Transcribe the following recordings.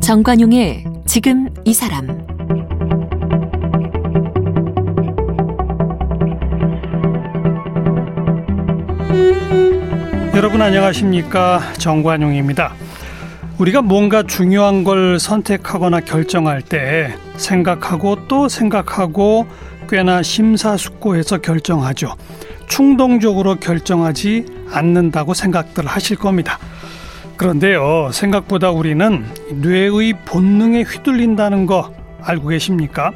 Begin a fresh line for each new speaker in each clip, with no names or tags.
정관용의 지금 이 사람
여러분 안녕하십니까 정관용입니다. 우리가 뭔가 중요한 걸 선택하거나 결정할 때 생각하고 또 생각하고 꽤나 심사숙고해서 결정하죠. 충동적으로 결정하지 않는다고 생각들 하실 겁니다. 그런데요, 생각보다 우리는 뇌의 본능에 휘둘린다는 거 알고 계십니까?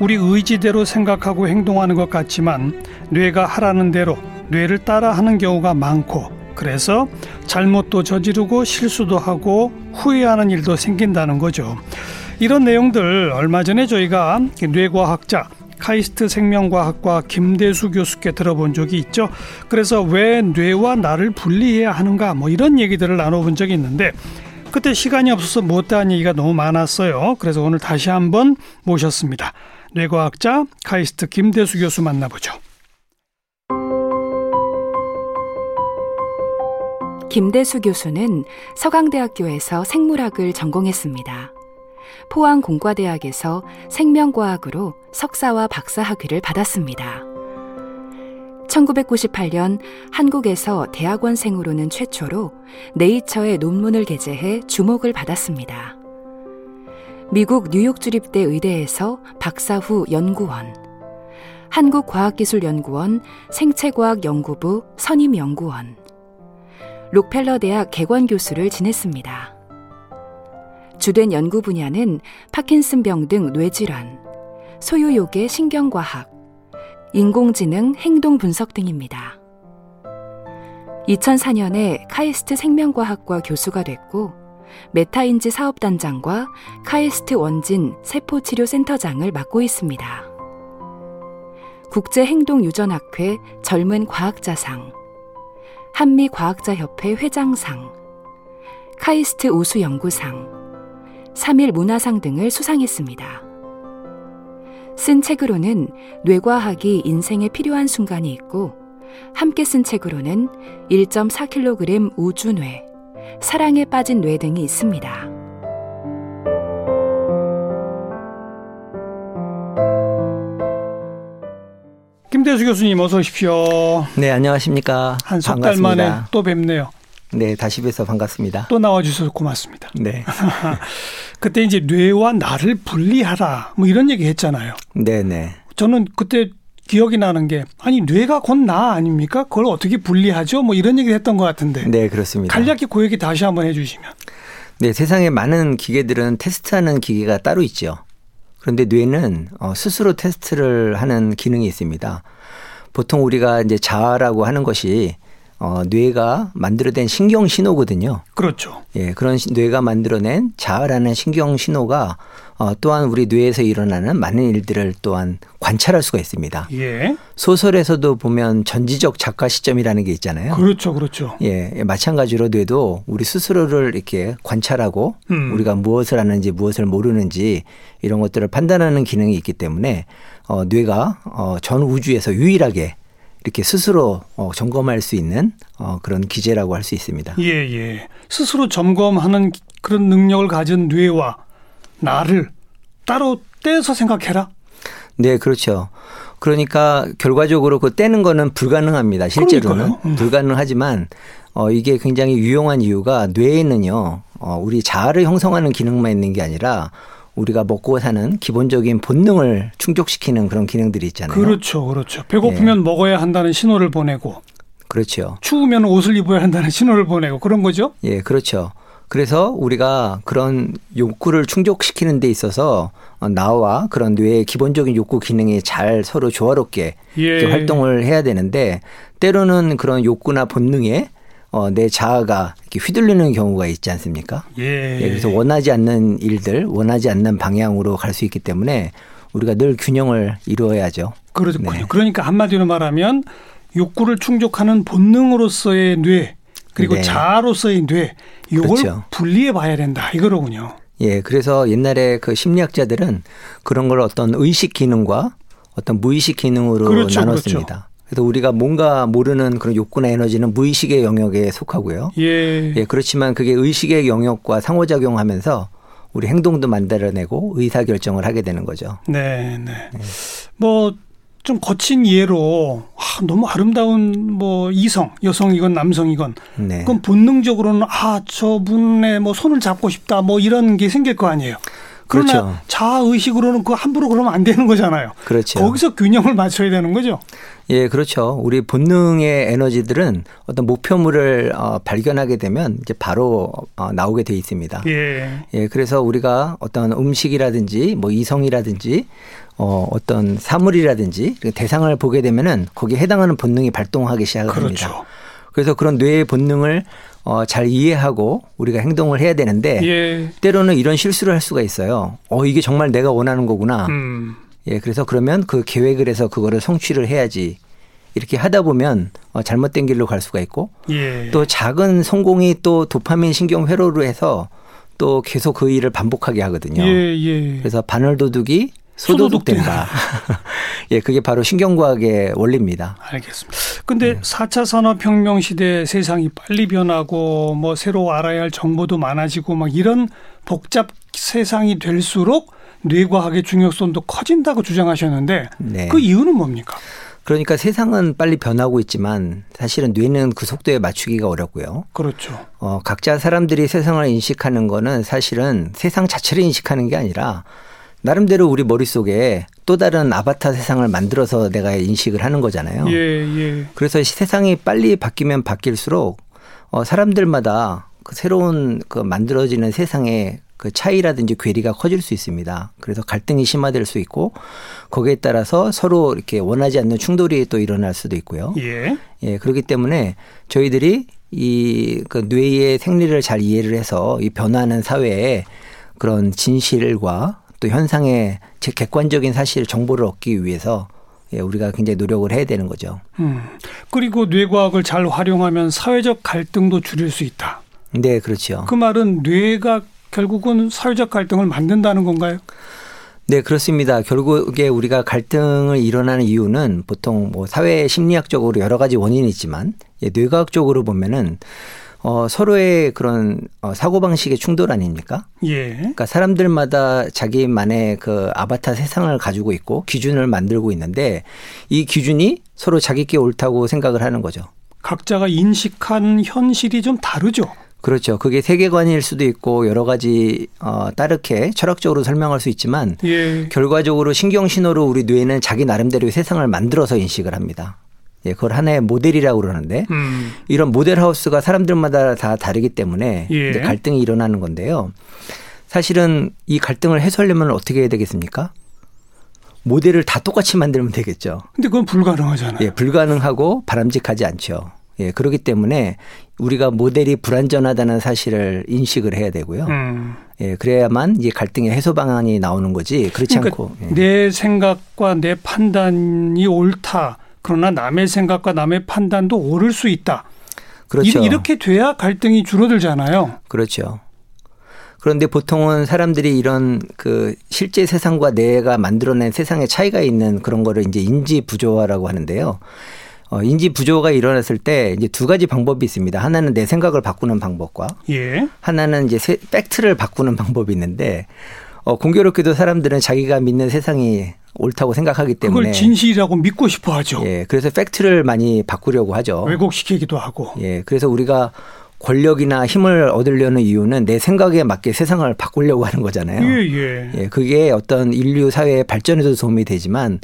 우리 의지대로 생각하고 행동하는 것 같지만 뇌가 하라는 대로 뇌를 따라하는 경우가 많고 그래서 잘못도 저지르고 실수도 하고 후회하는 일도 생긴다는 거죠. 이런 내용들 얼마 전에 저희가 뇌과학자 카이스트 생명과학과 김대수 교수께 들어본 적이 있죠. 그래서 왜 뇌와 나를 분리해야 하는가 뭐 이런 얘기들을 나눠본 적이 있는데 그때 시간이 없어서 못다한 얘기가 너무 많았어요. 그래서 오늘 다시 한번 모셨습니다. 뇌과학자 카이스트 김대수 교수 만나보죠.
김대수 교수는 서강대학교에서 생물학을 전공했습니다. 포항공과대학에서 생명과학으로 석사와 박사 학위를 받았습니다. 1998년 한국에서 대학원생으로는 최초로 네이처에 논문을 게재해 주목을 받았습니다. 미국 뉴욕 주립대 의대에서 박사 후 연구원, 한국과학기술연구원 생체과학연구부 선임연구원, 록펠러 대학 개관 교수를 지냈습니다. 주된 연구 분야는 파킨슨병 등 뇌질환, 소유욕의 신경과학, 인공지능 행동 분석 등입니다. 2004년에 카이스트 생명과학과 교수가 됐고 메타인지 사업단장과 카이스트 원진 세포치료센터장을 맡고 있습니다. 국제행동유전학회 젊은 과학자상, 한미과학자협회 회장상, 카이스트 우수연구상, 3일 문화상 등을 수상했습니다. 쓴 책으로는 뇌과학이 인생에 필요한 순간이 있고, 함께 쓴 책으로는 1.4kg 우주뇌, 사랑에 빠진 뇌 등이 있습니다.
김대수 교수님 어서 오십시오.
네, 안녕하십니까.
한 석 달 만에 또 뵙네요.
네, 다시 뵈서 반갑습니다.
또 나와주셔서 고맙습니다.
네.
그때 이제 뇌와 나를 분리하라 뭐 이런 얘기 했잖아요.
네, 네.
저는 그때 기억이 나는 게 아니 뇌가 곧 나 아닙니까? 그걸 어떻게 분리하죠? 뭐 이런 얘기를 했던 것 같은데.
네, 그렇습니다.
간략히 그 얘기 다시 한번 해주시면.
네, 세상에 많은 기계들은 테스트하는 기계가 따로 있죠. 그런데 뇌는 어, 스스로 테스트를 하는 기능이 있습니다. 보통 우리가 이제 자아라고 하는 것이 어, 뇌가 만들어낸 신경 신호거든요.
그렇죠.
예, 그런 시- 뇌가 만들어낸 자아라는 신경 신호가 어, 또한 우리 뇌에서 일어나는 많은 일들을 또한 관찰할 수가 있습니다.
예.
음. 소설에서도 보면 전지적 작가 시점이라는 게 있잖아요.
그렇죠, 그렇죠.
예, 예, 마찬가지로 뇌도 우리 스스로를 이렇게 관찰하고
음.
우리가 무엇을 하는지 무엇을 모르는지 이런 것들을 판단하는 기능이 있기 때문에 어, 뇌가 어, 전 우주에서 유일하게 이렇게 스스로 어, 점검할 수 있는 어, 그런 기제라고 할 수 있습니다.
예, 예. 스스로 점검하는 그런 능력을 가진 뇌와 나를 따로 떼서 생각해라.
네, 그렇죠. 그러니까 결과적으로 그 떼는 거는 불가능합니다. 실제로는
그러니까요. 음.
불가능하지만 어 이게 굉장히 유용한 이유가 뇌에는요. 어 우리 자아를 형성하는 기능만 있는 게 아니라 우리가 먹고 사는 기본적인 본능을 충족시키는 그런 기능들이 있잖아요. 예.
그렇죠, 그렇죠. 배고프면 먹어야 한다는 신호를 보내고
그렇죠.
추우면 옷을 입어야 한다는 신호를 보내고 그런 거죠.
예, 그렇죠. 그래서 우리가 그런 욕구를 충족시키는 데 있어서 어, 나와 그런 뇌의 기본적인 욕구 기능이 잘 서로 조화롭게
예.
이렇게 활동을 해야 되는데 때로는 그런 욕구나 본능에 어, 내 자아가 이렇게 휘둘리는 경우가 있지 않습니까?
예.
예, 그래서 원하지 않는 일들, 원하지 않는 방향으로 갈 수 있기 때문에 우리가 늘 균형을 이루어야죠.
그렇군요.
네.
그러니까 한마디로 말하면 욕구를 충족하는 본능으로서의 뇌 그리고
네.
자아로서의 뇌 이걸
그렇죠.
분리해 봐야 된다 이거로군요.
예, 그래서 옛날에 그 심리학자들은 그런 걸 어떤 의식 기능과 어떤 무의식 기능으로
그렇죠,
나눴습니다. 그래서 우리가 뭔가 모르는 그런 욕구나 에너지는 무의식의 영역에 속하고요.
예.
예, 그렇지만 그게 의식의 영역과 상호작용하면서 우리 행동도 만들어내고 의사결정을 하게 되는 거죠.
네, 네. 뭐 좀 거친 예로 아, 너무 아름다운 뭐 이성, 여성이건 남성이건
네.
그건 본능적으로는 아 저분의 뭐 손을 잡고 싶다 뭐 이런 게 생길 거 아니에요. 그러나
그렇죠.
자아의식으로는 그 함부로 그러면 안 되는 거잖아요.
그렇죠.
거기서 균형을 맞춰야 되는 거죠.
예, 그렇죠. 우리 본능의 에너지들은 어떤 목표물을 어, 발견하게 되면 이제 바로 어, 나오게 돼 있습니다.
예.
예, 그래서 우리가 어떤 음식이라든지 뭐 이성이라든지 어, 어떤 사물이라든지 그 대상을 보게 되면은 거기에 해당하는 본능이 발동하기 시작합니다.
그렇죠.
그래서 그런 뇌의 본능을 어, 잘 이해하고 우리가 행동을 해야 되는데
예.
때로는 이런 실수를 할 수가 있어요. 어, 이게 정말 내가 원하는 거구나.
음.
예, 그래서 그러면 그 계획을 해서 그거를 성취를 해야지. 이렇게 하다 보면 어, 잘못된 길로 갈 수가 있고
예.
또 작은 성공이 또 도파민 신경 회로로 해서 또 계속 그 일을 반복하게 하거든요.
예, 예.
그래서 바늘도둑이 소도둑된다. 예, 그게 바로 신경과학의 원리입니다.
알겠습니다. 근데 4차 산업혁명 시대 세상이 빨리 변하고 뭐 새로 알아야 할 정보도 많아지고 막 이런 복잡 세상이 될수록 뇌과학의 중요성도 커진다고 주장하셨는데
네.
그 이유는 뭡니까?
그러니까 세상은 빨리 변하고 있지만 사실은 뇌는 그 속도에 맞추기가 어렵고요.
그렇죠.
어, 각자 사람들이 세상을 인식하는 거는 사실은 세상 자체를 인식하는 게 아니라 나름대로 우리 머릿속에 또 다른 아바타 세상을 만들어서 내가 인식을 하는 거잖아요.
예, 예.
그래서 시- 세상이 빨리 바뀌면 바뀔수록 어, 사람들마다 그 새로운 그 만들어지는 세상의 그 차이라든지 괴리가 커질 수 있습니다. 그래서 갈등이 심화될 수 있고 거기에 따라서 서로 이렇게 원하지 않는 충돌이 또 일어날 수도 있고요.
예.
예, 그렇기 때문에 저희들이 이, 그 뇌의 생리를 잘 이해를 해서 이 변하는 사회에 그런 진실과 또 현상의 제- 객관적인 사실 정보를 얻기 위해서 예, 우리가 굉장히 노력을 해야 되는 거죠.
음. 그리고 뇌과학을 잘 활용하면 사회적 갈등도 줄일 수 있다.
네, 그렇죠.
그 말은 뇌가 결국은 사회적 갈등을 만든다는 건가요?
네, 그렇습니다. 결국에 우리가 갈등을 일어나는 이유는 보통 뭐 사회 심리학적으로 여러 가지 원인이 있지만 예, 뇌과학적으로 보면은 어, 서로의 그런 어, 사고방식의 충돌 아닙니까?
예.
그러니까 사람들마다 자기만의 그 아바타 세상을 가지고 있고 기준을 만들고 있는데 이 기준이 서로 자기께 옳다고 생각을 하는 거죠.
각자가 인식한 현실이 좀 다르죠.
그렇죠. 그게 세계관일 수도 있고 여러 가지 어 따르게 철학적으로 설명할 수 있지만
예.
결과적으로 신경 신호로 우리 뇌는 자기 나름대로의 세상을 만들어서 인식을 합니다. 예, 그걸 하나의 모델이라고 그러는데
음.
이런 모델 하우스가 사람들마다 다 다르기 때문에
예.
이제 갈등이 일어나는 건데요. 사실은 이 갈등을 해소하려면 어떻게 해야 되겠습니까? 모델을 다 똑같이 만들면 되겠죠.
근데 그건 불가능하잖아요.
예, 불가능하고 바람직하지 않죠. 예, 그렇기 때문에 우리가 모델이 불완전하다는 사실을 인식을 해야 되고요.
음.
예, 그래야만 이제 갈등의 해소 방안이 나오는 거지. 그렇지
그러니까
않고. 예.
내 생각과 내 판단이 옳다. 그러나 남의 생각과 남의 판단도 옳을 수 있다.
그렇죠.
이- 이렇게 돼야 갈등이 줄어들잖아요.
그렇죠. 그런데 보통은 사람들이 이런 그 실제 세상과 내가 만들어낸 세상의 차이가 있는 그런 거를 이제 인지 부조화라고 하는데요. 어, 인지 부조화가 일어났을 때 이제 두 가지 방법이 있습니다. 하나는 내 생각을 바꾸는 방법과
예.
하나는 이제 세- 팩트를 바꾸는 방법이 있는데 어, 공교롭게도 사람들은 자기가 믿는 세상이 옳다고 생각하기 때문에
그걸 진실이라고 믿고 싶어 하죠.
예, 그래서 팩트를 많이 바꾸려고 하죠.
왜곡시키기도 하고.
예, 그래서 우리가 권력이나 힘을 얻으려는 이유는 내 생각에 맞게 세상을 바꾸려고 하는 거잖아요.
예, 예.
예, 그게 어떤 인류 사회의 발전에도 도움이 되지만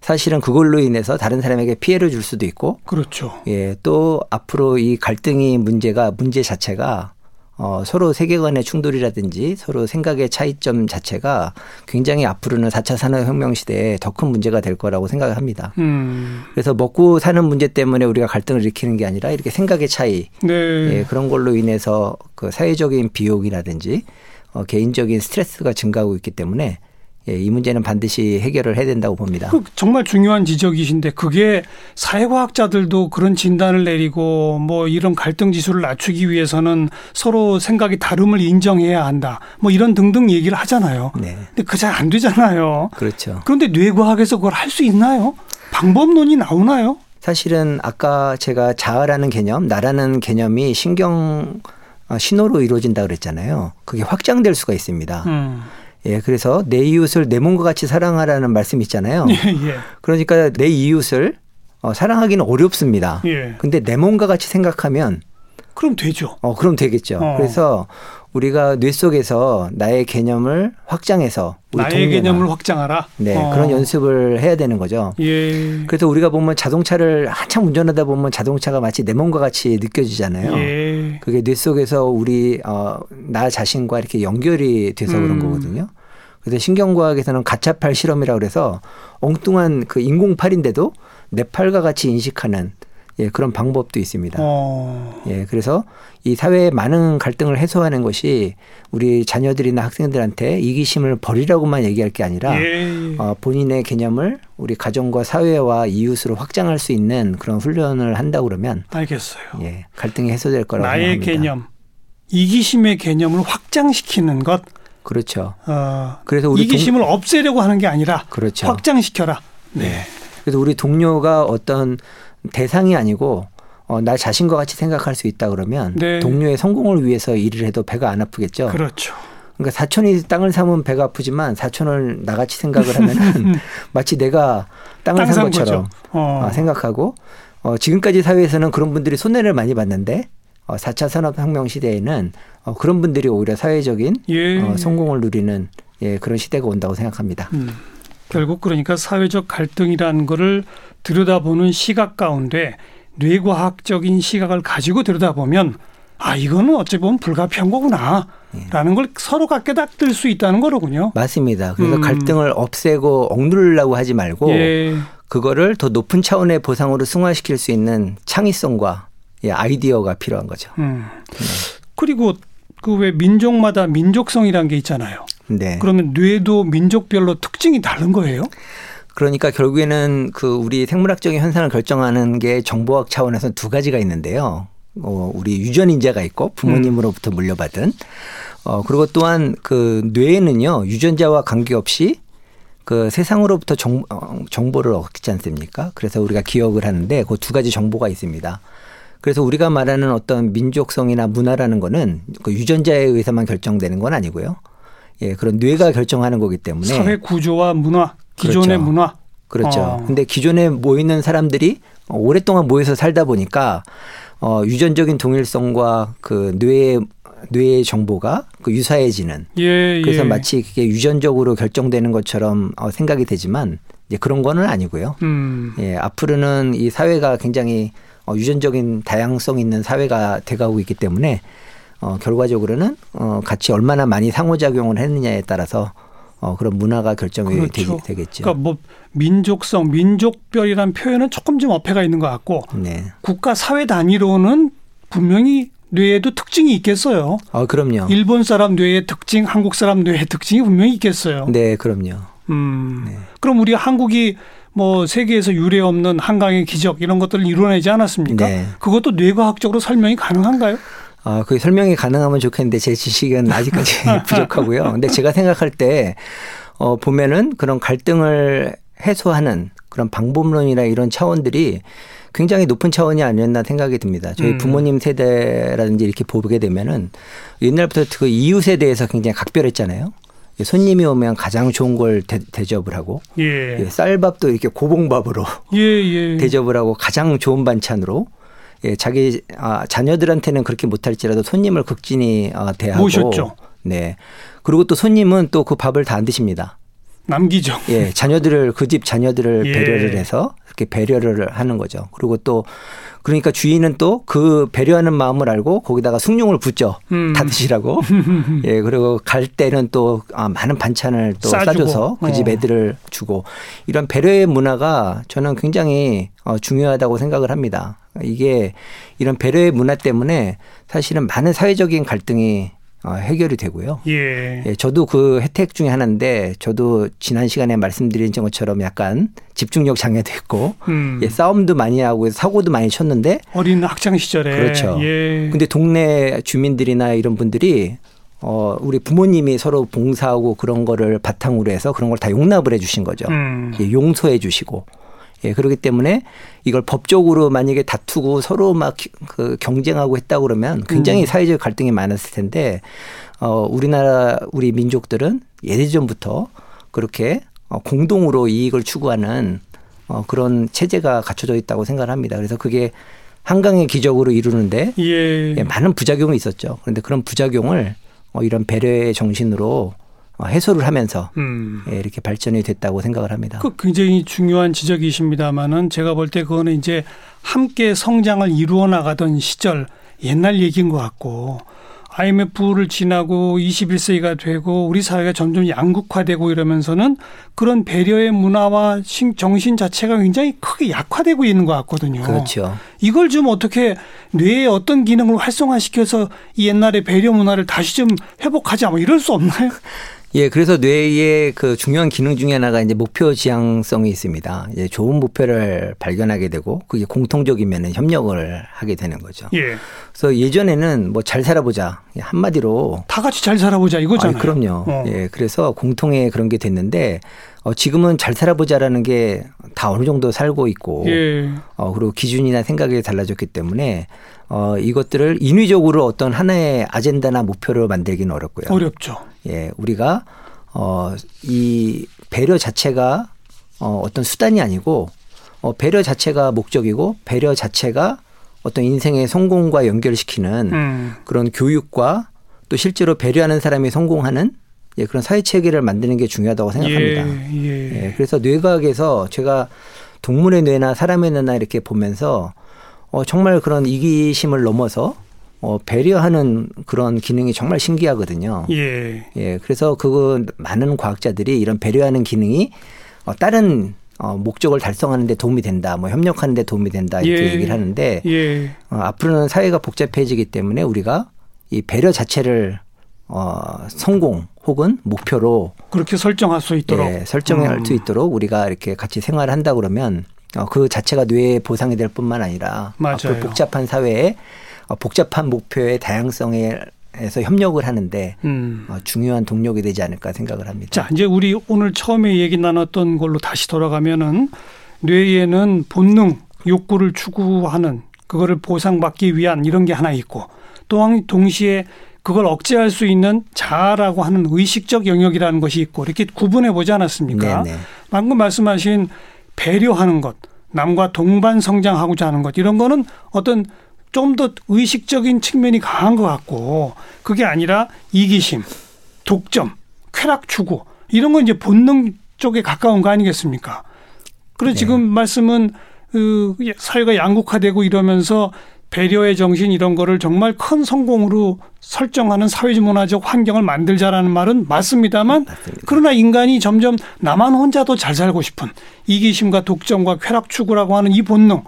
사실은 그걸로 인해서 다른 사람에게 피해를 줄 수도 있고
그렇죠.
예, 또 앞으로 이 갈등이 문제가 문제 자체가 어, 서로 세계관의 충돌이라든지 서로 생각의 차이점 자체가 굉장히 앞으로는 4차 산업혁명 시대에 더 큰 문제가 될 거라고 생각합니다.
음.
그래서 먹고 사는 문제 때문에 우리가 갈등을 일으키는 게 아니라 이렇게 생각의 차이,
네.
예, 그런 걸로 인해서 그 사회적인 비용이라든지 어, 개인적인 스트레스가 증가하고 있기 때문에 예, 이 문제는 반드시 해결을 해야 된다고 봅니다.
그 정말 중요한 지적이신데 그게 사회과학자들도 그런 진단을 내리고 뭐 이런 갈등 지수를 낮추기 위해서는 서로 생각이 다름을 인정해야 한다. 뭐 이런 등등 얘기를 하잖아요.
네.
근데 그 잘 안 되잖아요.
그렇죠.
그런데 뇌과학에서 그걸 할 수 있나요? 방법론이 나오나요?
사실은 아까 제가 자아라는 개념, 나라는 개념이 신경 아, 신호로 이루어진다 그랬잖아요. 그게 확장될 수가 있습니다.
음.
예, 그래서 내 이웃을 내 몸과 같이 사랑하라는 말씀 있잖아요.
예, 예.
그러니까 내 이웃을 어, 사랑하기는 어렵습니다.
예.
근데 내 몸과 같이 생각하면
그럼 되죠.
어, 그럼 되겠죠.
어.
그래서 우리가 뇌 속에서 나의 개념을 확장해서 우리
나의
동료나,
개념을 확장하라.
네,
어.
그런 연습을 해야 되는 거죠.
예.
그래서 우리가 보면 자동차를 한참 운전하다 보면 자동차가 마치 내 몸과 같이 느껴지잖아요.
예.
그게 뇌 속에서 우리 어, 나 자신과 이렇게 연결이 돼서
음.
그런 거거든요. 그래서 신경과학에서는 가차팔 실험이라 그래서 엉뚱한 그 인공팔인데도 내 팔과 같이 인식하는 예, 그런 방법도 있습니다.
어.
예, 그래서 이 사회의 많은 갈등을 해소하는 것이 우리 자녀들이나 학생들한테 이기심을 버리라고만 얘기할 게 아니라
예.
어, 본인의 개념을 우리 가정과 사회와 이웃으로 확장할 수 있는 그런 훈련을 한다 그러면
알겠어요.
예, 갈등이 해소될 거라고
나의
생각합니다.
개념, 이기심의 개념을 확장시키는 것,
그렇죠.
어,
그래서 우리
이기심을 없애려고 하는 게 아니라
그렇죠.
확장시켜라. 네.
그래서 우리 동료가 어떤 대상이 아니고 어, 나 자신과 같이 생각할 수 있다 그러면
네.
동료의 성공을 위해서 일을 해도 배가 안 아프겠죠.
그렇죠.
그러니까 사촌이 땅을 사면 배가 아프지만 사촌을 나같이 생각을 하면은 마치 내가 땅을
땅산
산 것처럼
어.
어, 생각하고 어, 지금까지 사회에서는 그런 분들이 손해를 많이 봤는데 어, 4차 산업혁명 시대에는 어, 그런 분들이 오히려 사회적인
예.
어, 성공을 누리는 예, 그런 시대가 온다고 생각합니다.
음. 결국 그러니까 사회적 갈등이라는 거를 들여다보는 시각 가운데 뇌과학적인 시각을 가지고 들여다보면 아 이거는 어찌 보면 불가피한
예.
거구나라는 걸 서로가 깨닫을 수 있다는 거로군요.
맞습니다. 그래서
음.
갈등을 없애고 억누르려고 하지 말고
예.
그거를 더 높은 차원의 보상으로 승화시킬 수 있는 창의성과 예, 아이디어가 필요한 거죠.
음. 그리고 그 왜 민족마다 민족성이라는 게 있잖아요.
네.
그러면 뇌도 민족별로 특징이 다른 거예요?
그러니까 결국에는 그 우리 생물학적인 현상을 결정하는 게 정보학 차원에서 두 가지가 있는데요. 어, 우리 유전 인자가 있고 부모님으로부터 물려받은 어, 그리고 또한 그 뇌에는요 유전자와 관계없이 그 세상으로부터 정, 어, 정보를 얻지 않습니까? 그래서 우리가 기억을 하는데 그 두 가지 정보가 있습니다. 그래서 우리가 말하는 어떤 민족성이나 문화라는 거는 그 유전자에 의해서만 결정되는 건 아니고요. 예, 그런 뇌가 결정하는 거기 때문에
사회 구조와 문화, 기존의
네. 그렇죠.
문화.
그렇죠.
어.
근데 기존에 모이는 사람들이 오랫동안 모여서 살다 보니까 어, 유전적인 동일성과 그 뇌의 뇌의 정보가 그 유사해지는
예,
그래서
예.
마치 그게 유전적으로 결정되는 것처럼 어, 생각이 되지만 이제 그런 거는 아니고요.
음.
예, 앞으로는 이 사회가 굉장히 어, 유전적인 다양성 있는 사회가 돼가고 있기 때문에 어, 결과적으로는 어, 같이 얼마나 많이 상호작용을 했느냐에 따라서 어, 그런 문화가 결정이
그렇죠.
네, 되, 겠죠
그러니까 뭐 민족성, 민족별이란 표현은 조금 좀 어폐가 있는 것 같고
네.
국가 사회 단위로는 분명히 뇌에도 특징이 있겠어요.
아 그럼요.
일본 사람 뇌의 특징, 한국 사람 뇌의 특징이 분명히 있겠어요.
네, 그럼요.
음.
네.
그럼 우리 한국이 뭐 세계에서 유례 없는 한강의 기적 이런 것들을 이뤄내지 않았습니까?
네.
그것도 뇌과학적으로 설명이 가능한가요?
아, 그 설명이 가능하면 좋겠는데 제 지식은 아직까지 부족하고요. 근데 제가 생각할 때 어, 보면은 그런 갈등을 해소하는 그런 방법론이나 이런 차원들이 굉장히 높은 차원이 아니었나 생각이 듭니다. 저희
음.
부모님 세대라든지 이렇게 보게 되면은 옛날부터 그 이웃에 대해서 굉장히 각별했잖아요. 손님이 오면 가장 좋은 걸 대, 대접을 하고
예.
예, 쌀밥도 이렇게 고봉밥으로
예, 예.
대접을 하고 가장 좋은 반찬으로 예, 자기 아, 자녀들한테는 그렇게 못할지라도 손님을 극진히 어, 대하고
모셨죠.
네. 그리고 또 손님은 또 그 밥을 다 안 드십니다.
남기죠.
예, 자녀들을 그 집 자녀들을
예.
배려를 해서 이렇게 배려를 하는 거죠. 그리고 또 그러니까 주인은 또 그 배려하는 마음을 알고 거기다가 숭늉을 붙죠.
음.
다 드시라고. 예, 그리고 갈 때는 또 아, 많은 반찬을 또
싸주고.
싸줘서 그 집
어.
애들을 주고 이런 배려의 문화가 저는 굉장히 어, 중요하다고 생각을 합니다. 이게 이런 배려의 문화 때문에 사실은 많은 사회적인 갈등이 어, 해결이 되고요.
예.
예, 저도 그 혜택 중에 하나인데 저도 지난 시간에 말씀드린 것처럼 약간 집중력 장애도 있고
음.
예, 싸움도 많이 하고 사고도 많이 쳤는데
어린 학창 시절에
그렇죠.
예.
근데 동네 주민들이나 이런 분들이 어 우리 부모님이 서로 봉사하고 그런 거를 바탕으로 해서 그런 걸 다 용납을 해 주신 거죠.
음.
예, 용서해 주시고 예, 그렇기 때문에 이걸 법적으로 만약에 다투고 서로 막 그 경쟁하고 했다 그러면 굉장히 사회적 갈등이 많았을 텐데 어 우리나라 우리 민족들은 예전부터 그렇게 어, 공동으로 이익을 추구하는 어 그런 체제가 갖춰져 있다고 생각을 합니다. 그래서 그게 한강의 기적으로 이루는데
예.
예, 많은 부작용이 있었죠. 그런데 그런 부작용을 어, 이런 배려의 정신으로 어, 해소를 하면서
음.
예, 이렇게 발전이 됐다고 생각을 합니다.
그 굉장히 중요한 지적이십니다만은 제가 볼 때 그거는 이제 함께 성장을 이루어 나가던 시절 옛날 얘기인 것 같고 IMF를 지나고 21세기가 되고 우리 사회가 점점 양극화되고 이러면서는 그런 배려의 문화와 신- 정신 자체가 굉장히 크게 약화되고 있는 것 같거든요.
그렇죠.
이걸 좀 어떻게 뇌의 어떤 기능을 활성화시켜서 이 옛날의 배려 문화를 다시 좀 회복하자 뭐 이럴 수 없나요?
예, 그래서 뇌의 그 중요한 기능 중에 하나가 이제 목표 지향성이 있습니다. 예, 좋은 목표를 발견하게 되고 그게 공통적이면 협력을 하게 되는 거죠.
예.
그래서 예전에는 뭐 잘 살아보자 예, 한마디로
다 같이 잘 살아보자 이거잖아요.
아니, 그럼요.
어.
예, 그래서 공통의 그런 게 됐는데 어, 지금은 잘 살아보자라는 게 다 어느 정도 살고 있고
예.
어, 그리고 기준이나 생각이 달라졌기 때문에 어, 이것들을 인위적으로 어떤 하나의 아젠다나 목표를 만들기는 어렵고요.
어렵죠.
예, 우리가 어, 이 배려 자체가 어, 어떤 수단이 아니고 어, 배려 자체가 목적이고 배려 자체가 어떤 인생의 성공과 연결시키는
음.
그런 교육과 또 실제로 배려하는 사람이 성공하는 예, 그런 사회 체계를 만드는 게 중요하다고 생각합니다.
예, 예.
예, 그래서 뇌과학에서 제가 동물의 뇌나 사람의 뇌나 이렇게 보면서 어, 정말 그런 이기심을 넘어서 어, 배려하는 그런 기능이 정말 신기하거든요.
예.
예, 그래서 그거 많은 과학자들이 이런 배려하는 기능이 어, 다른 어, 목적을 달성하는데 도움이 된다, 뭐 협력하는데 도움이 된다 이렇게
예.
얘기를 하는데
예.
어, 앞으로는 사회가 복잡해지기 때문에 우리가 이 배려 자체를 어, 성공 혹은 목표로
그렇게 설정할 수 있도록. 음.
예, 설정할 수 있도록 우리가 이렇게 같이 생활을 한다 그러면 어, 그 자체가 뇌에 보상이 될 뿐만 아니라
맞아요.
앞으로 복잡한 사회에 어, 복잡한 목표의 다양성에서 협력을 하는데
음.
어, 중요한 동력이 되지 않을까 생각을 합니다.
자, 이제 우리 오늘 처음에 얘기 나눴던 걸로 다시 돌아가면은 뇌에는 본능, 욕구를 추구하는 그거를 보상받기 위한 이런 게 하나 있고 또한 동시에 그걸 억제할 수 있는 자아라고 하는 의식적 영역이라는 것이 있고 이렇게 구분해 보지 않았습니까?
네네.
방금 말씀하신 배려하는 것, 남과 동반 성장하고자 하는 것 이런 거는 어떤 좀 더 의식적인 측면이 강한 것 같고 그게 아니라 이기심, 독점, 쾌락 추구 이런 건 이제 본능 쪽에 가까운 거 아니겠습니까? 그리고
네.
지금 말씀은 그 사회가 양극화되고 이러면서 배려의 정신 이런 거를 정말 큰 성공으로 설정하는 사회적 문화적 환경을 만들자라는 말은 맞습니다만
맞습니다.
그러나 인간이 점점 나만 혼자도 잘 살고 싶은 이기심과 독점과 쾌락 추구라고 하는 이 본능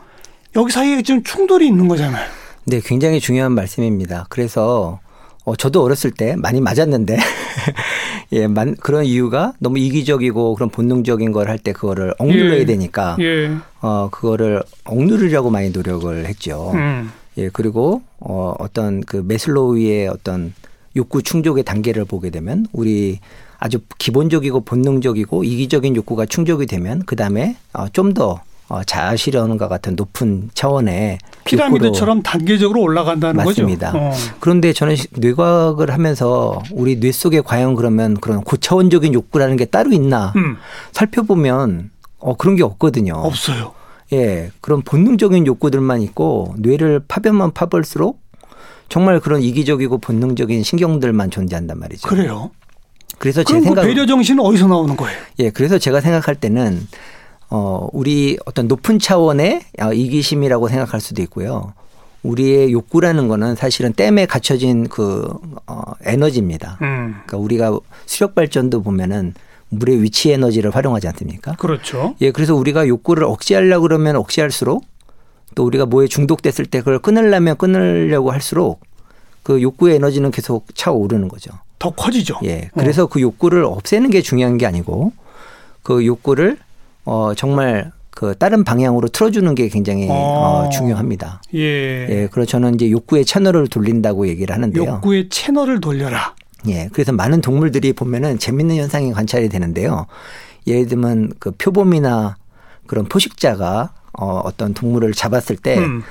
여기 사이에 지금 충돌이 있는 거잖아요.
네, 굉장히 중요한 말씀입니다. 그래서 어, 저도 어렸을 때 많이 맞았는데 예, 만, 그런 이유가 너무 이기적이고 그런 본능적인 걸 할 때 그거를 억눌러야
예.
되니까
예.
어, 그거를 억누르려고 많이 노력을 했죠.
음.
예, 그리고 어, 어떤 그 메슬로우의 어떤 욕구 충족의 단계를 보게 되면 우리 아주 기본적이고 본능적이고 이기적인 욕구가 충족이 되면 그 다음에 어, 좀더 어, 자아실현과 같은 높은 차원의 욕구로
피라미드처럼 단계적으로 올라간다는
그 맞습니다.
거죠. 어.
그런데 저는 시- 뇌과학을 하면서 우리 뇌 속에 과연 그러면 그런 고차원적인 욕구라는 게 따로 있나
음.
살펴보면 어, 그런 게 없거든요.
없어요.
예, 그런 본능적인 욕구들만 있고 뇌를 파면만 파볼수록 정말 그런 이기적이고 본능적인 신경들만 존재한단 말이죠.
그래요.
그래서 제
그럼
생각
그 배려 정신은 어디서 나오는 거예요?
예, 그래서 제가 생각할 때는 어 우리 어떤 높은 차원의 어, 이기심이라고 생각할 수도 있고요. 우리의 욕구라는 거는 사실은 댐에 갇혀진 그 어, 에너지입니다.
음.
그러니까 우리가 수력 발전도 보면은 물의 위치 에너지를 활용하지 않습니까?
그렇죠.
예, 그래서 우리가 욕구를 억제하려고 그러면 억제할수록 또 우리가 뭐에 중독됐을 때 그걸 끊으려면 끊으려고 할수록 그 욕구의 에너지는 계속 차오르는 거죠.
더 커지죠.
예.
어.
그래서 그 욕구를 없애는 게 중요한 게 아니고 그 욕구를 어 정말 그 다른 방향으로 틀어주는 게 굉장히 어,
어.
중요합니다.
예.
예. 그래서 저는 이제 욕구의 채널을 돌린다고 얘기를 하는데요.
욕구의 채널을 돌려라.
예. 그래서 많은 동물들이 보면은 재밌는 현상이 관찰이 되는데요. 예를 들면 그 표범이나 그런 포식자가 어 어떤 동물을 잡았을 때
음.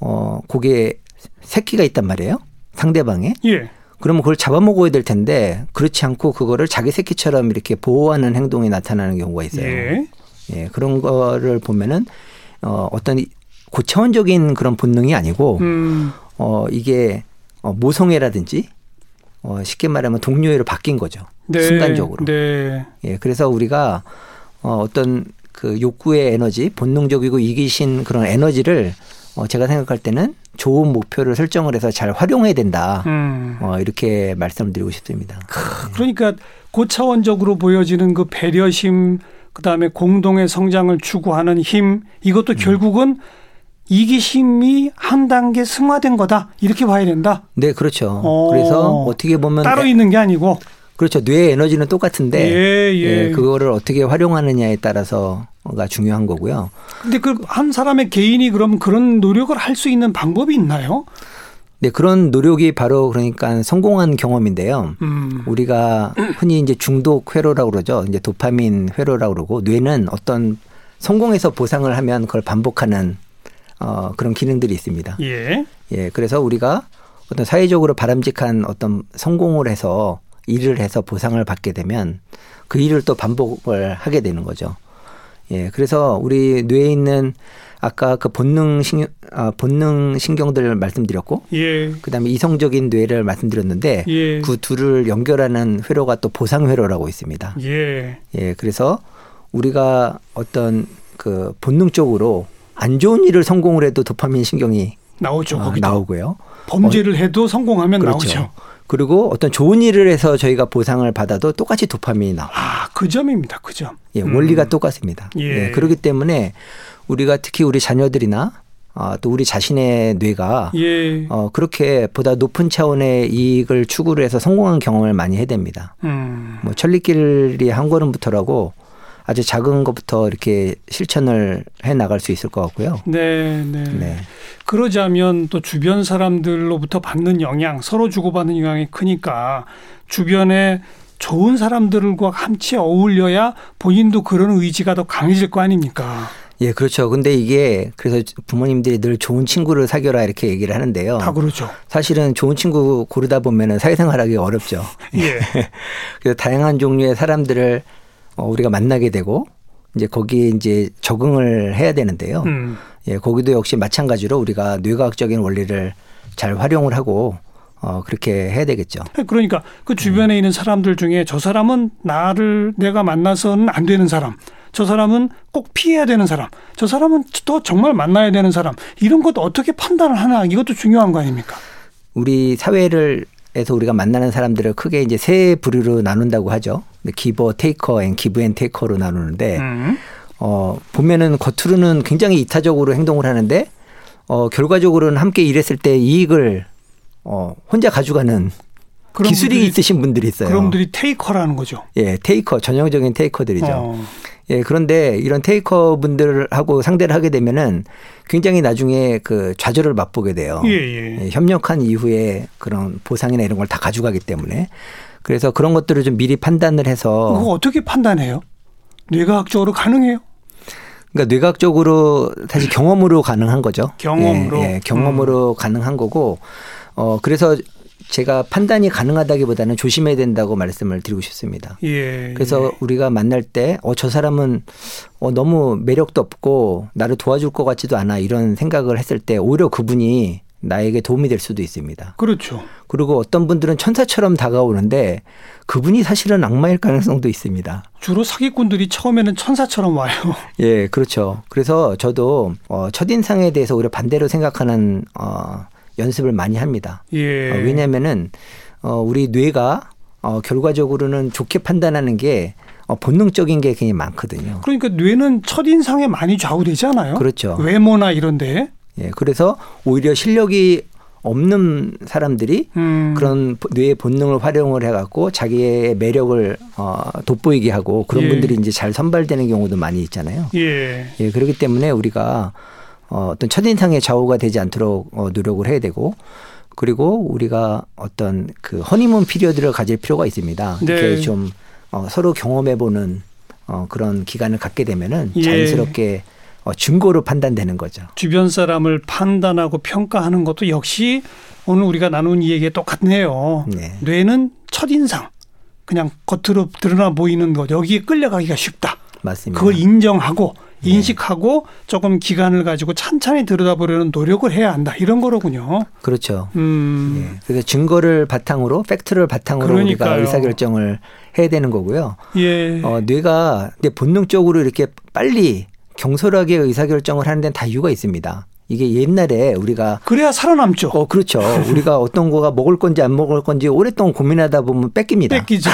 어, 거기에 새끼가 있단 말이에요. 상대방에.
예.
그러면 그걸 잡아먹어야 될 텐데 그렇지 않고 그거를 자기 새끼처럼 이렇게 보호하는 행동이 나타나는 경우가 있어요.
예.
예, 그런 거를 보면은 어, 어떤 이- 고차원적인 그런 본능이 아니고
음.
어, 이게 어, 모성애라든지 어, 쉽게 말하면 동료애로 바뀐 거죠.
네.
순간적으로.
네.
예, 그래서 우리가 어, 어떤 그 욕구의 에너지, 본능적이고 이기신 그런 에너지를 어, 제가 생각할 때는 좋은 목표를 설정을 해서 잘 활용해야 된다.
음.
어, 이렇게 말씀드리고 싶습니다.
그러니까 고차원적으로 보여지는 그 배려심, 그다음에 공동의 성장을 추구하는 힘, 이것도
음.
결국은 이기심이 한 단계 승화된 거다. 이렇게 봐야 된다.
네, 그렇죠.
어.
그래서 어떻게 보면
따로
에-
있는 게 아니고.
그렇죠. 뇌의 에너지는 똑같은데
예, 예.
예, 그거를 어떻게 활용하느냐에 따라서가 중요한 거고요.
근데 그 한 사람의 개인이 그럼 그런 노력을 할 수 있는 방법이 있나요?
네, 그런 노력이 바로 그러니까 성공한 경험인데요.
음.
우리가 흔히 이제 중독 회로라고 그러죠. 이제 도파민 회로라고 그러고 뇌는 어떤 성공해서 보상을 하면 그걸 반복하는 어, 그런 기능들이 있습니다.
예.
예, 그래서 우리가 어떤 사회적으로 바람직한 어떤 성공을 해서 일을 해서 보상을 받게 되면 그 일을 또 반복을 하게 되는 거죠. 예, 그래서 우리 뇌에 있는 아까 그 본능 신 아, 본능 신경들을 말씀드렸고
예.
그다음에 이성적인 뇌를 말씀드렸는데
예.
그 둘을 연결하는 회로가 또 보상 회로라고 있습니다.
예.
예, 그래서 우리가 어떤 그 본능적으로 안 좋은 일을 성공을 해도 도파민 신경이
나오죠.
아,
거기도.
나오고요.
범죄를 해도 성공하면
그렇죠.
나오죠.
그리고 어떤 좋은 일을 해서 저희가 보상을 받아도 똑같이 도파민이 나와.
아, 그 점입니다. 그 점.
예,
음.
원리가 똑같습니다.
예.
예, 그렇기 때문에 우리가 특히 우리 자녀들이나 아, 또 우리 자신의 뇌가
예.
어, 그렇게 보다 높은 차원의 이익을 추구를 해서 성공한 경험을 많이 해댑니다.
음.
뭐 천리길이 한 걸음부터라고 아주 작은 것부터 이렇게 실천을 해 나갈 수 있을 것 같고요.
네, 네.
네.
그러자면 또 주변 사람들로부터 받는 영향, 서로 주고받는 영향이 크니까 주변에 좋은 사람들과 함께 어울려야 본인도 그런 의지가 더 강해질 거 아닙니까?
예, 그렇죠. 근데 이게 그래서 부모님들이 늘 좋은 친구를 사귀어라 이렇게 얘기를 하는데요.
다 그러죠.
사실은 좋은 친구 고르다 보면은 사회생활하기 어렵죠.
예.
그래서 다양한 종류의 사람들을 어, 우리가 만나게 되고 이제 거기에 이제 적응을 해야 되는데요.
음.
예, 거기도 역시 마찬가지로 우리가 뇌과학적인 원리를 잘 활용을 하고 어, 그렇게 해야 되겠죠.
그러니까 그 주변에 있는 사람들 중에 저 사람은 나를 내가 만나서는 안 되는 사람, 저 사람은 꼭 피해야 되는 사람, 저 사람은 또 정말 만나야 되는 사람 이런 것도 어떻게 판단을 하나 이것도 중요한 거 아닙니까?
우리 사회를 에서 우리가 만나는 사람들을 크게 이제 세 부류로 나눈다고 하죠. 기버 테이커 앤 기브 앤 테이커로 나누는데
음.
어, 보면은 겉으로는 굉장히 이타적으로 행동을 하는데 어, 결과적으로는 함께 일했을 때 이익을 어, 혼자 가져가는
그런
기술이
분들이-
있으신 분들이 있어요.
그런 분들이 테이커라는 거죠.
예, 테이커 전형적인 테이커들이죠.
어.
예, 그런데 이런 테이커 분들하고 상대를 하게 되면은 굉장히 나중에 그 좌절을 맛보게 돼요.
예, 예.
예, 협력한 이후에 그런 보상이나 이런 걸 다 가져가기 때문에 그래서 그런 것들을 좀 미리 판단을 해서
그거 어떻게 판단해요? 뇌과학적으로 가능해요?
그러니까 뇌과학적으로 사실 경험으로 가능한 거죠.
경험으로. 음.
예, 예, 경험으로 가능한 거고 어 그래서 제가 판단이 가능하다기보다는 조심해야 된다고 말씀을 드리고 싶습니다.
예.
그래서 우리가 만날 때 어 저 사람은 어 너무 매력도 없고 나를 도와줄 것 같지도 않아 이런 생각을 했을 때 오히려 그분이 나에게 도움이 될 수도 있습니다.
그렇죠.
그리고 어떤 분들은 천사처럼 다가오는데 그분이 사실은 악마일 가능성도 있습니다.
주로 사기꾼들이 처음에는 천사처럼 와요.
예, 그렇죠. 그래서 저도 어, 첫인상에 대해서 오히려 반대로 생각하는 어, 연습을 많이 합니다.
예.
어, 왜냐면은 어, 우리 뇌가 어, 결과적으로는 좋게 판단하는 게 어, 본능적인 게 굉장히 많거든요.
그러니까 뇌는 첫인상에 많이 좌우되잖아요.
그렇죠.
외모나 이런데.
예, 그래서 오히려 실력이 없는 사람들이
음,
그런 보- 뇌의 본능을 활용을 해갖고 자기의 매력을 어, 돋보이게 하고 그런
예.
분들이 이제 잘 선발되는 경우도 많이 있잖아요.
예.
예, 그렇기 때문에 우리가 어, 어떤 첫인상의 좌우가 되지 않도록 어, 노력을 해야 되고 그리고 우리가 어떤 그 허니문 피리어드를 가질 필요가 있습니다.
네.
이렇게 좀 어, 서로 경험해보는 어, 그런 기간을 갖게 되면은
예.
자연스럽게 어, 증거로 판단되는 거죠.
주변 사람을 판단하고 평가하는 것도 역시 오늘 우리가 나눈 이야기에 똑같네요.
네.
뇌는 첫인상. 그냥 겉으로 드러나 보이는 것 여기에 끌려가기가 쉽다.
맞습니다.
그걸 인정하고
네.
인식하고 조금 기간을 가지고 찬찬히 들여다보려는 노력을 해야 한다. 이런 거로군요.
그렇죠.
음.
예. 그래서 증거를 바탕으로 팩트를 바탕으로 우리가
그러니까요.
의사결정을 해야 되는 거고요.
예.
어, 뇌가 근데 본능적으로 이렇게 빨리 경솔하게 의사결정을 하는 데는 다 이유가 있습니다. 이게 옛날에 우리가
그래야 살아남죠.
어 그렇죠. 우리가 어떤 거가 먹을 건지 안 먹을 건지 오랫동안 고민하다 보면 뺏깁니다.
뺏기죠.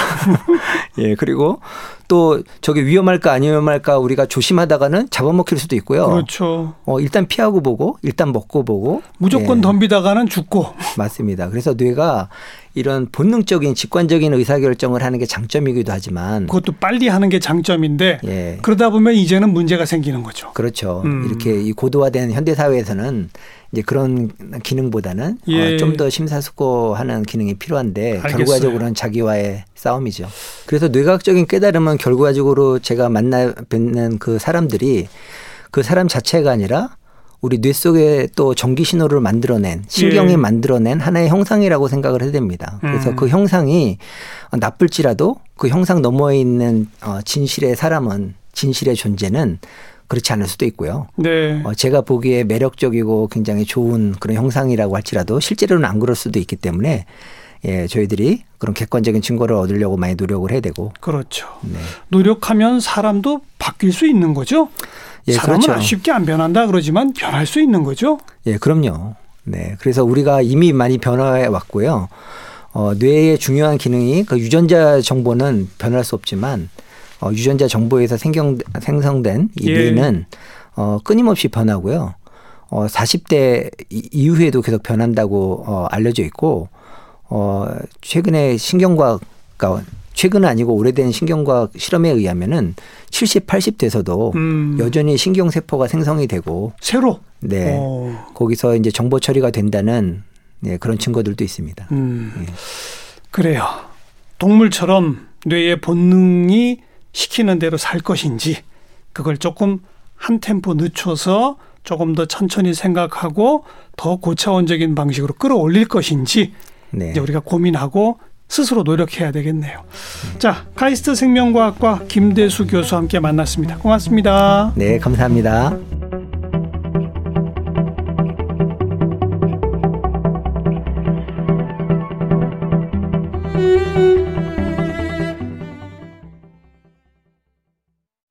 예 그리고 또 저게 위험할까 안 위험할까 우리가 조심하다가는 잡아먹힐 수도 있고요.
그렇죠.
어 일단 피하고 보고 일단 먹고 보고
무조건
예.
덤비다가는 죽고.
네. 맞습니다. 그래서 뇌가 이런 본능적인 직관적인 의사결정을 하는 게 장점이기도 하지만
그것도 빨리 하는 게 장점인데
예.
그러다 보면 이제는 문제가 생기는 거죠.
그렇죠.
음.
이렇게 이 고도화된 현대 사회에서는 이제 그런 기능보다는
예.
어, 좀 더 심사숙고하는 기능이 필요한데
알겠어요.
결과적으로는 자기와의 싸움이죠. 그래서 뇌과학적인 깨달음은 결과적으로 제가 만나 뵙는 그 사람들이 그 사람 자체가 아니라 우리 뇌 속에 또 전기 신호를 만들어낸 신경이
예.
만들어낸 하나의 형상이라고 생각을 해야 됩니다. 그래서
음.
그 형상이 나쁠지라도 그 형상 너머에 있는 어, 진실의 사람은 진실의 존재는 그렇지 않을 수도 있고요.
네.
어, 제가 보기에 매력적이고 굉장히 좋은 그런 형상이라고 할지라도 실제로는 안 그럴 수도 있기 때문에 예, 저희들이 그런 객관적인 증거를 얻으려고 많이 노력을 해야 되고
그렇죠.
네.
노력하면 사람도 바뀔 수 있는 거죠.
예,
사람은
그렇죠.
쉽게 안 변한다 그러지만 변할 수 있는 거죠.
예, 그럼요. 네. 그래서 우리가 이미 많이 변화해 왔고요. 어, 뇌의 중요한 기능이 그 유전자 정보는 변할 수 없지만 어, 유전자 정보에서 생경, 생성된 이
예.
뇌는 어, 끊임없이 변하고요. 어, 40대 이- 이후에도 계속 변한다고 어, 알려져 있고 어, 최근에 신경과학 가 최근 은 아니고 오래된 신경과학 실험에 의하면은 70, 80대에서도
음.
여전히 신경세포가 생성이 되고
새로.
네.
어,
거기서 이제 정보 처리가 된다는 네, 그런 증거들도 있습니다.
음.
예.
그래요. 동물처럼 뇌의 본능이 시키는 대로 살 것인지 그걸 조금 한 템포 늦춰서 조금 더 천천히 생각하고 더 고차원적인 방식으로 끌어올릴 것인지
네.
이제 우리가 고민하고 스스로 노력해야 되겠네요. 자, 카이스트 생명과학과 김대수 교수와 함께 만났습니다. 고맙습니다.
네, 감사합니다.